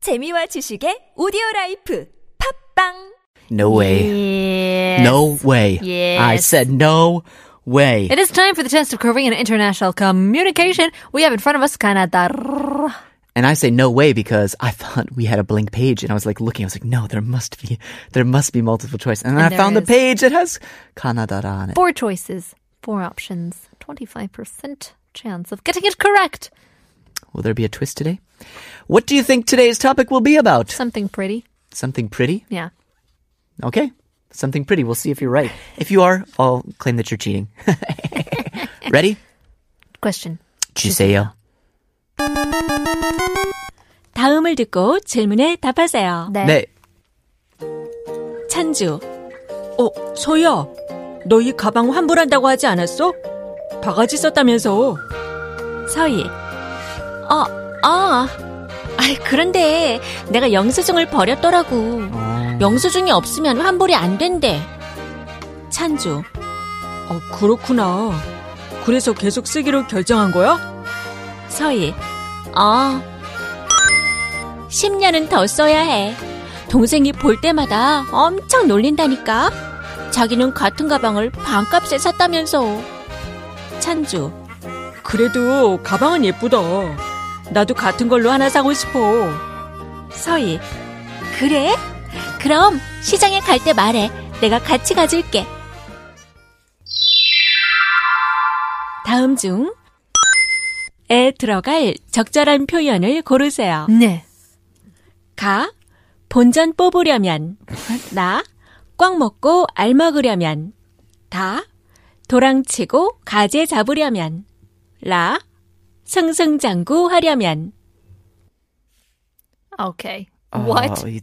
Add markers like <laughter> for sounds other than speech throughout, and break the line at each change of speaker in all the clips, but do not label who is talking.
재미와 지식의 오디오 라이프 팝빵
No way.
Yes.
No way. I
Yes.
said no way.
It is time for the test of Korean international communication. We have in front of us Canada.
And I say no way because I thought we had a blank page and I was like looking, I was like, no, there must be there must be multiple choice. And, then I
there
found
is.
the page that has Kanadara on it.
Four choices, four options, 25% chance of getting it correct.
Will there be a twist today? What do you think today's topic will be about?
Something pretty.
Something pretty?
Yeah.
Okay. Something pretty. We'll see if you're right. If you are, I'll claim that you're cheating. <laughs> Ready?
Question.
주세요.
다음을 듣고 질문에 답하세요.
네.
찬주. 어, 소야. 너 이 가방 환불한다고 하지 않았어? 바가지 썼다면서. 서희. 어, 아. 아이, 그런데 내가 영수증을 버렸더라고. 영수증이 없으면 환불이 안 된대. 찬주. 어, 그렇구나. 그래서 계속 쓰기로 결정한 거야? 서희. 아. 10년은 더 써야 해. 동생이 볼 때마다 엄청 놀린다니까. 자기는 같은 가방을 반값에 샀다면서. 찬주. 그래도 가방은 예쁘다. 나도 같은 걸로 하나 사고 싶어. 서희.
그래?
그럼 시장에 갈 때 말해. 내가 같이 가줄게. 다음 중에 들어갈 적절한 표현을 고르세요.
네.
가 본전 뽑으려면 나 꽉 먹고 알먹으려면 다 도랑치고 가재 잡으려면 라 승승장구 하려면
Okay.
Oh,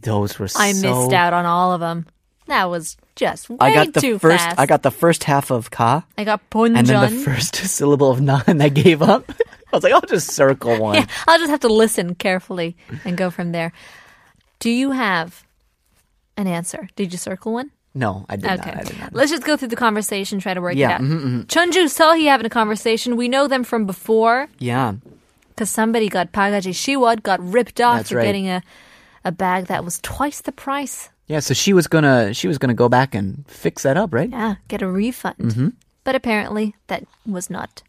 those were
I
so
missed out on all of them. That was just way
I got the
too
first
fast.
I got the first half of ka.
I got
And then
bonjeon.
the <laughs> first syllable of none I gave up. <laughs> I was like, I'll just circle one.
Yeah, I'll just have to listen carefully and go from there. Do you have an answer? Did you circle one?
No, I did
Okay.
not. I did not.
Let's just go through the conversation, try to work
Yeah,
it out. Chunju Sohee having a conversation. We know them from before
Yeah.
because somebody got Pagaji Shiwad got ripped off
That's
for
right.
getting a, a bag that was twice the price.
Yeah, so she was gonna she was gonna go back and fix that up, right?
Yeah, get a refund. But apparently that was not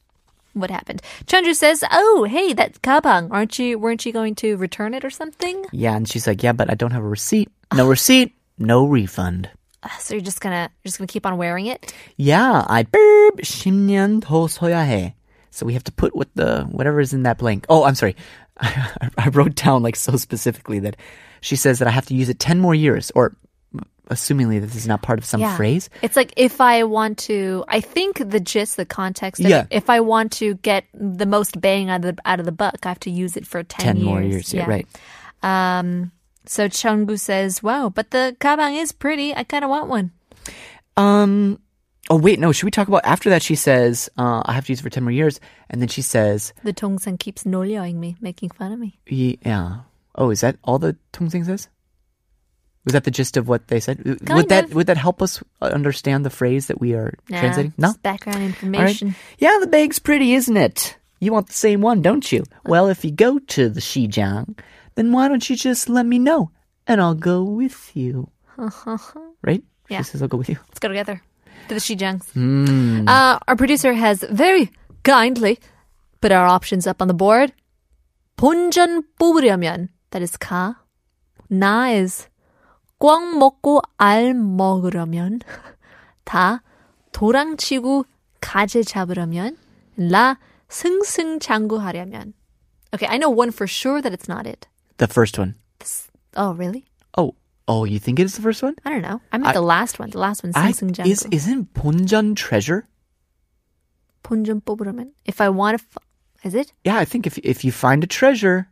what happened. Chunju says, "Oh, hey, that's kabang. Aren't you? Weren't you going to return it or something?
Yeah, and she's like, Yeah, but I don't have a receipt.
<laughs>
No receipt, no refund.
Ah, So you're just gonna you're just gonna keep on wearing it?
Yeah, I burp 10년 더 써야 해. So we have to put what the whatever is in that blank. Oh, I'm sorry. <laughs> I, I wrote down like so specifically that she says that I have to use it 10 more years or assumingly this is not part of some um, phrase.
It's like if I want to. I think the gist, the context. Of
Yeah.
it, if I want to get the most bang out of the out of the buck, I have to use it for
10
ten,
more years. Yeah, right.
Um. So Chunggu says, "Wow, but the kabang is pretty. I kind of want one."
Um. Oh wait, no. Should we talk about after that? She says, uh, "I have to use it for ten more years," and then she says,
The Tongsan keeps nolyoing me, making fun of me.
"Ye- "Yeah." Oh, is that all the Tongxing says? Was that the gist of what they said? would that
of.
would that help us uh, understand the phrase that we are
Nah,
translating? No.
just background
All right.
information.
Yeah, the bag's pretty, isn't it? You want the same one, don't you? Well, if you go to the Xijang, then why don't you just let me know, and I'll go with
<laughs>
you. right? She
Yeah.
says, "I'll go with you."
Let's go together to the Shijangs.
Hmm.
Uh, our producer has very kindly put our options up on the board. 본전 뽑으려면 that is 가. 나 is 꽝 먹고 알 먹으려면 <laughs> 다 도랑치고 가재 잡으려면 라 승승장구하려면. Okay, I know one for sure that it's not it.
The first one.
Oh, really?
Oh, oh, you think it is the first one?
I don't know. I meant the last one. The last one,
I-
승승장구.
is isn't Punjun treasure?
본전 뽑으려면 if I want to f- is it
Yeah, I think if if you find a treasure,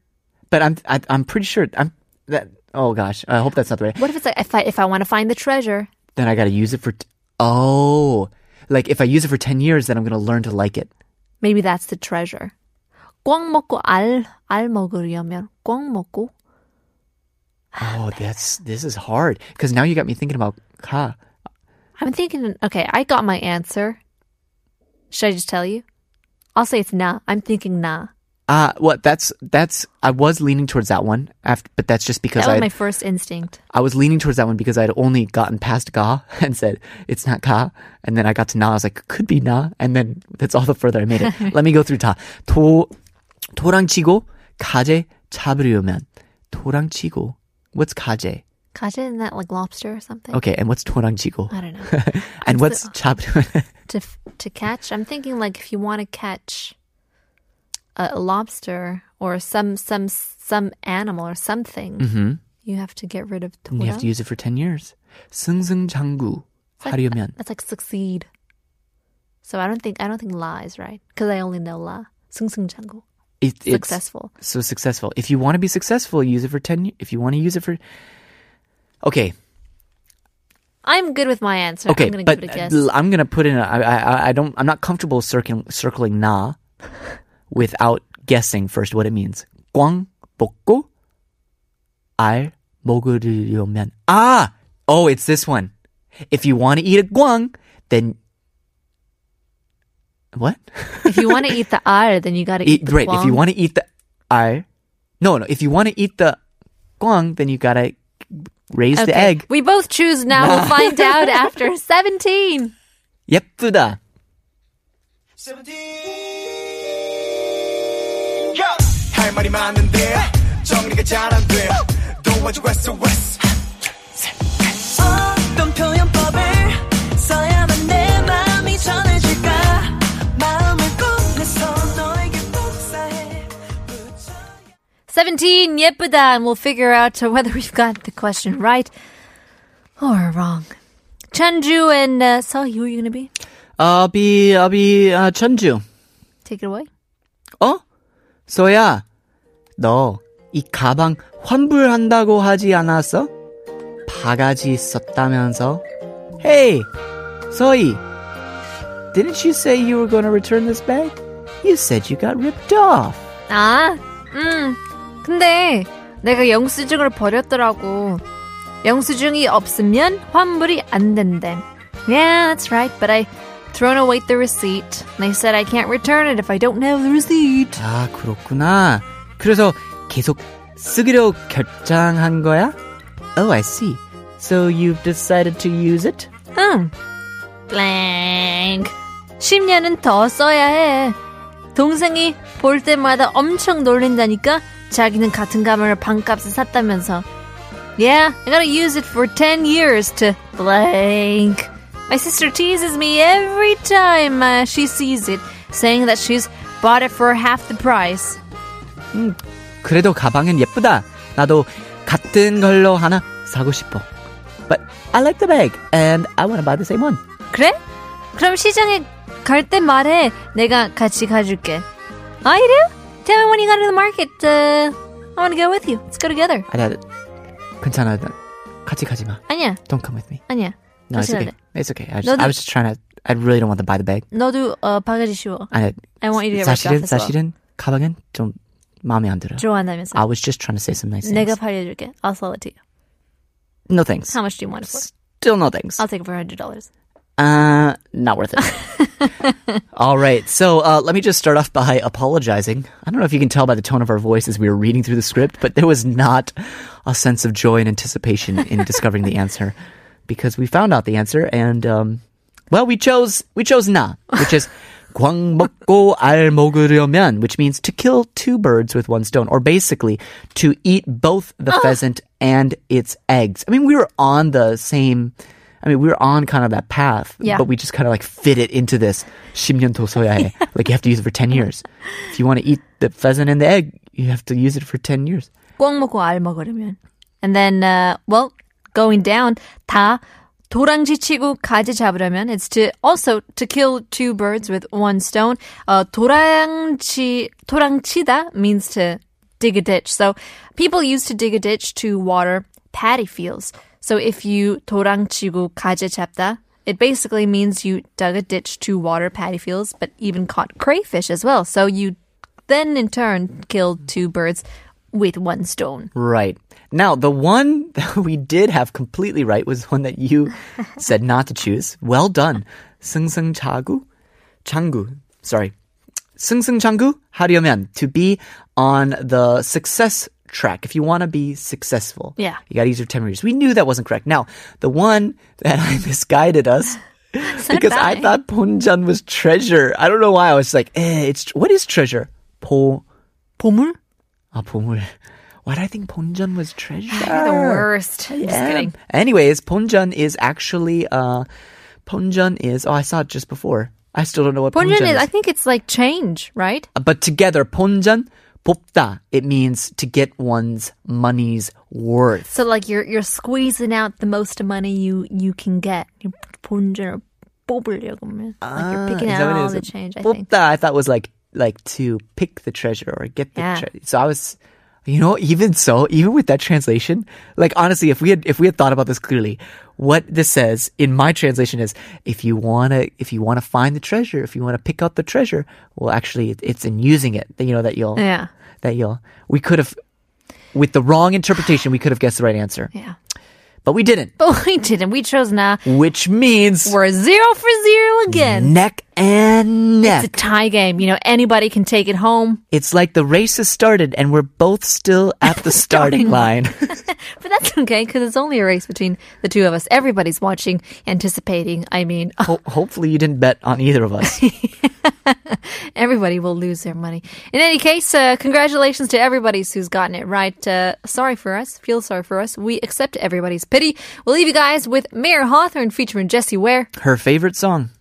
but I'm I, I'm pretty sure I'm that. Oh gosh, I hope that's not the right.
what if it's like if I if I want to find the treasure
Then I got to use it for. T- oh, like if I use it for ten years, then I'm gonna learn to like it.
maybe that's the treasure 꽝 먹고 알, 알 먹으려면 꽝 먹고
Oh, that's this is hard because now you got me thinking about ka.
I'm thinking okay I got my answer should I just tell you I'll say it's na I'm thinking na
Uh, what? That's that's. I was leaning towards that one, after, but that's just because I
That was my first instinct.
I was leaning towards that one because I had only gotten past ga <laughs> and said it's not ka, and then I got to na. I was like, could be na, and then that's all the further I made it. Let me go through ta. 도 도랑치고 가재 잡으려면 도랑치고. What's 가재?
Kaja, isn't that like lobster or something?
Okay, and what's 도랑치고?
I don't
<laughs>
know.
And what's 잡으려면? <laughs>
to f- to catch, I'm thinking like if you want to catch a, a lobster or some some some animal or something, you have to get rid of
You have to
tora.
use it for ten years. 승승장구 하려면.
That's like succeed. So I don't think I don't think la is right because I only know la. 승승장구.
It, it's
Successful.
so successful. If you want to be successful, use it for 10 y- If you want to use it for Okay,
I'm good with my answer.
okay,
I'm gonna
but uh,
give it a guess.
l- I'm going to put in a, I, I I- I don't I'm not comfortable circling circling na without guessing first what it means. 꽝 먹고 알 먹으려면 Ah, oh, it's this one. If you want to eat a guang, then What?
if you want to eat
<laughs>
the r, then you got to
eat,
eat the
right. If you want
guang.
to eat the 알, no, no. If you want to eat the guang, then you gotta raise the egg.
Okay. We both choose
<laughs>
now. We'll find out after 17.
예쁘다.
17 yeah. 할 말이 많은데 정리가 잘 안 돼. 도와줘 West West.
어떤 표현법을 써야만 내 마음이 전해질까 마음을 꺼내서 너에게 복사해 붙여
17 예쁘다, and we'll figure out whether we've got the question right or wrong. Chanju and uh, Seohee, who are you going to be?
I'll be, I'll be uh, 천주.
Take it away.
어? 소야, 너 이 가방 환불한다고 하지 않았어? 바가지 썼다면서? Hey, 소희, didn't you say you were going to return this bag? You said you got ripped off.
아, 음. 근데 내가 영수증을 버렸더라고. 영수증이 없으면 환불이 안 된대. Yeah, that's right. But I thrown away the receipt. They said I can't return it if I don't have the receipt.
아, 그렇구나. 그래서 계속 쓰기로 결정한 거야? Oh, I see. So you've decided to use it?
응. blank. 10년은 더 써야 해. 동생이 볼 때마다 엄청 놀린다니까 자기는 같은 가방을 반값에 샀다면서. Yeah, I gotta use it for 10 years to blank. My sister teases me every time uh, she sees it, saying that she's bought it for half the price.
그래도 가방은 예쁘다. 나도 같은 걸로 하나 사고 싶어. But I like the bag and I want to buy the same one.
그래? 그럼 시장에 갈 때 말해. 내가 같이 가줄게. Oh, you do? Tell me when you go to the market. Uh, I want to go with you. Let's go together.
아니야. 괜찮아. 나- 같이 가지 마.
아니야,
Don't come with me.
아니야.
No, it's
괜찮아.
okay. It's okay. I, just,
너도-
I was just trying to I really don't want to buy the bag.
너도 어, 바가지 씌워.
아니,
I want you to get
사실은
ripped off as well.
사실은 가방은 좀 마음에 안 들어.
좋아한다면서.
I was just trying to say some nice
내가
things.
팔려줄게. I'll sell it to you.
No thanks.
How much do you want it for?
Still no thanks.
I'll take it for hundred dollars.
Uh, not worth it. <laughs> All right. So uh, let me just start off by apologizing. I don't know if you can tell by the tone of our voice as we were reading through the script, but there was not a sense of joy and anticipation <laughs> in discovering the answer because we found out the answer and, um, well, we chose, we chose na, which <laughs> is 광 먹고 알 먹으려면, which means to kill two birds with one stone, or basically to eat both the pheasant and its eggs. I mean, we were on the same, I mean, we were on kind of that path,
Yeah.
but we just kind of like fit it into this 10년 더 써야 해. Like you have to use it for 10 years. If you want to eat the pheasant and the egg, you have to use it for 10 years.
꽝 먹고 알 먹으려면. And then, uh, well, going down, 다 도랑지 치고 가지 잡으려면. It's to also to kill two birds with one stone. Uh, 도랑지 도랑치다 means to dig a ditch. So people used to dig a ditch to water paddy fields. So if you 도랑치고 가지 잡다. It basically means you dug a ditch to water paddy fields, but even caught crayfish as well. So you then in turn killed two birds with one stone.
Right. Now, the one <laughs> that we did have completely right was one that you said not to choose. Well done. 승승차구? 장구. Sorry. 승승장구 하려면 to be on the success track. If you want to be successful,
Yeah.
you got to use your 10 meters. We knew that wasn't correct. Now, the one <laughs> that I misguided us because I
I.
thought Ponjan was treasure. I don't know why. I was like, eh, it's what is treasure? Po
보물?
아 보물. Why did I think Ponjan was treasure?
The worst. I'm just
Ah, Yeah.
kidding.
Anyways, Ponjan is actually uh, Ponjan is. Oh, I saw it just before. I still don't know what Ponjan,
본전 is, I think it's like change, right?
But together, Ponjan popta it means to get one's money's worth.
So like you're you're squeezing out the most money you you can get. You're 본전을 뽑으려고 하면. like you're picking
Ah, is
out
that what it is?
all the change. I think.
Popta, I thought was like like to pick the treasure or get the
Yeah.
treasure. So I was. You know, even so, even with that translation, like honestly, if we had if we had thought about this clearly, what this says in my translation is, if you wanna if you wanna find the treasure, if you wanna pick up the treasure, well, actually, it, it's in using it that you know that you'll
Yeah.
that you'll we could have with the wrong interpretation we could have guessed the right answer,
Yeah.
but we didn't,
But <laughs> we didn't. We chose now.
which means
We're zero for zero again.
neck and neck.
It's a tie game. You know, anybody can take it home.
It's like the race has started and we're both still at <laughs> the starting line.
But that's okay because it's only a race between the two of us. Everybody's watching, anticipating. I mean,
<laughs> Ho- hopefully you didn't bet on either of <laughs> us.
everybody will lose their money. In any case, uh, congratulations to everybody who's gotten it right. Uh, sorry for us. Feel sorry for us. We accept everybody's pity. We'll leave you guys with Mayor Hawthorne featuring Jesse Ware.
Her favorite song.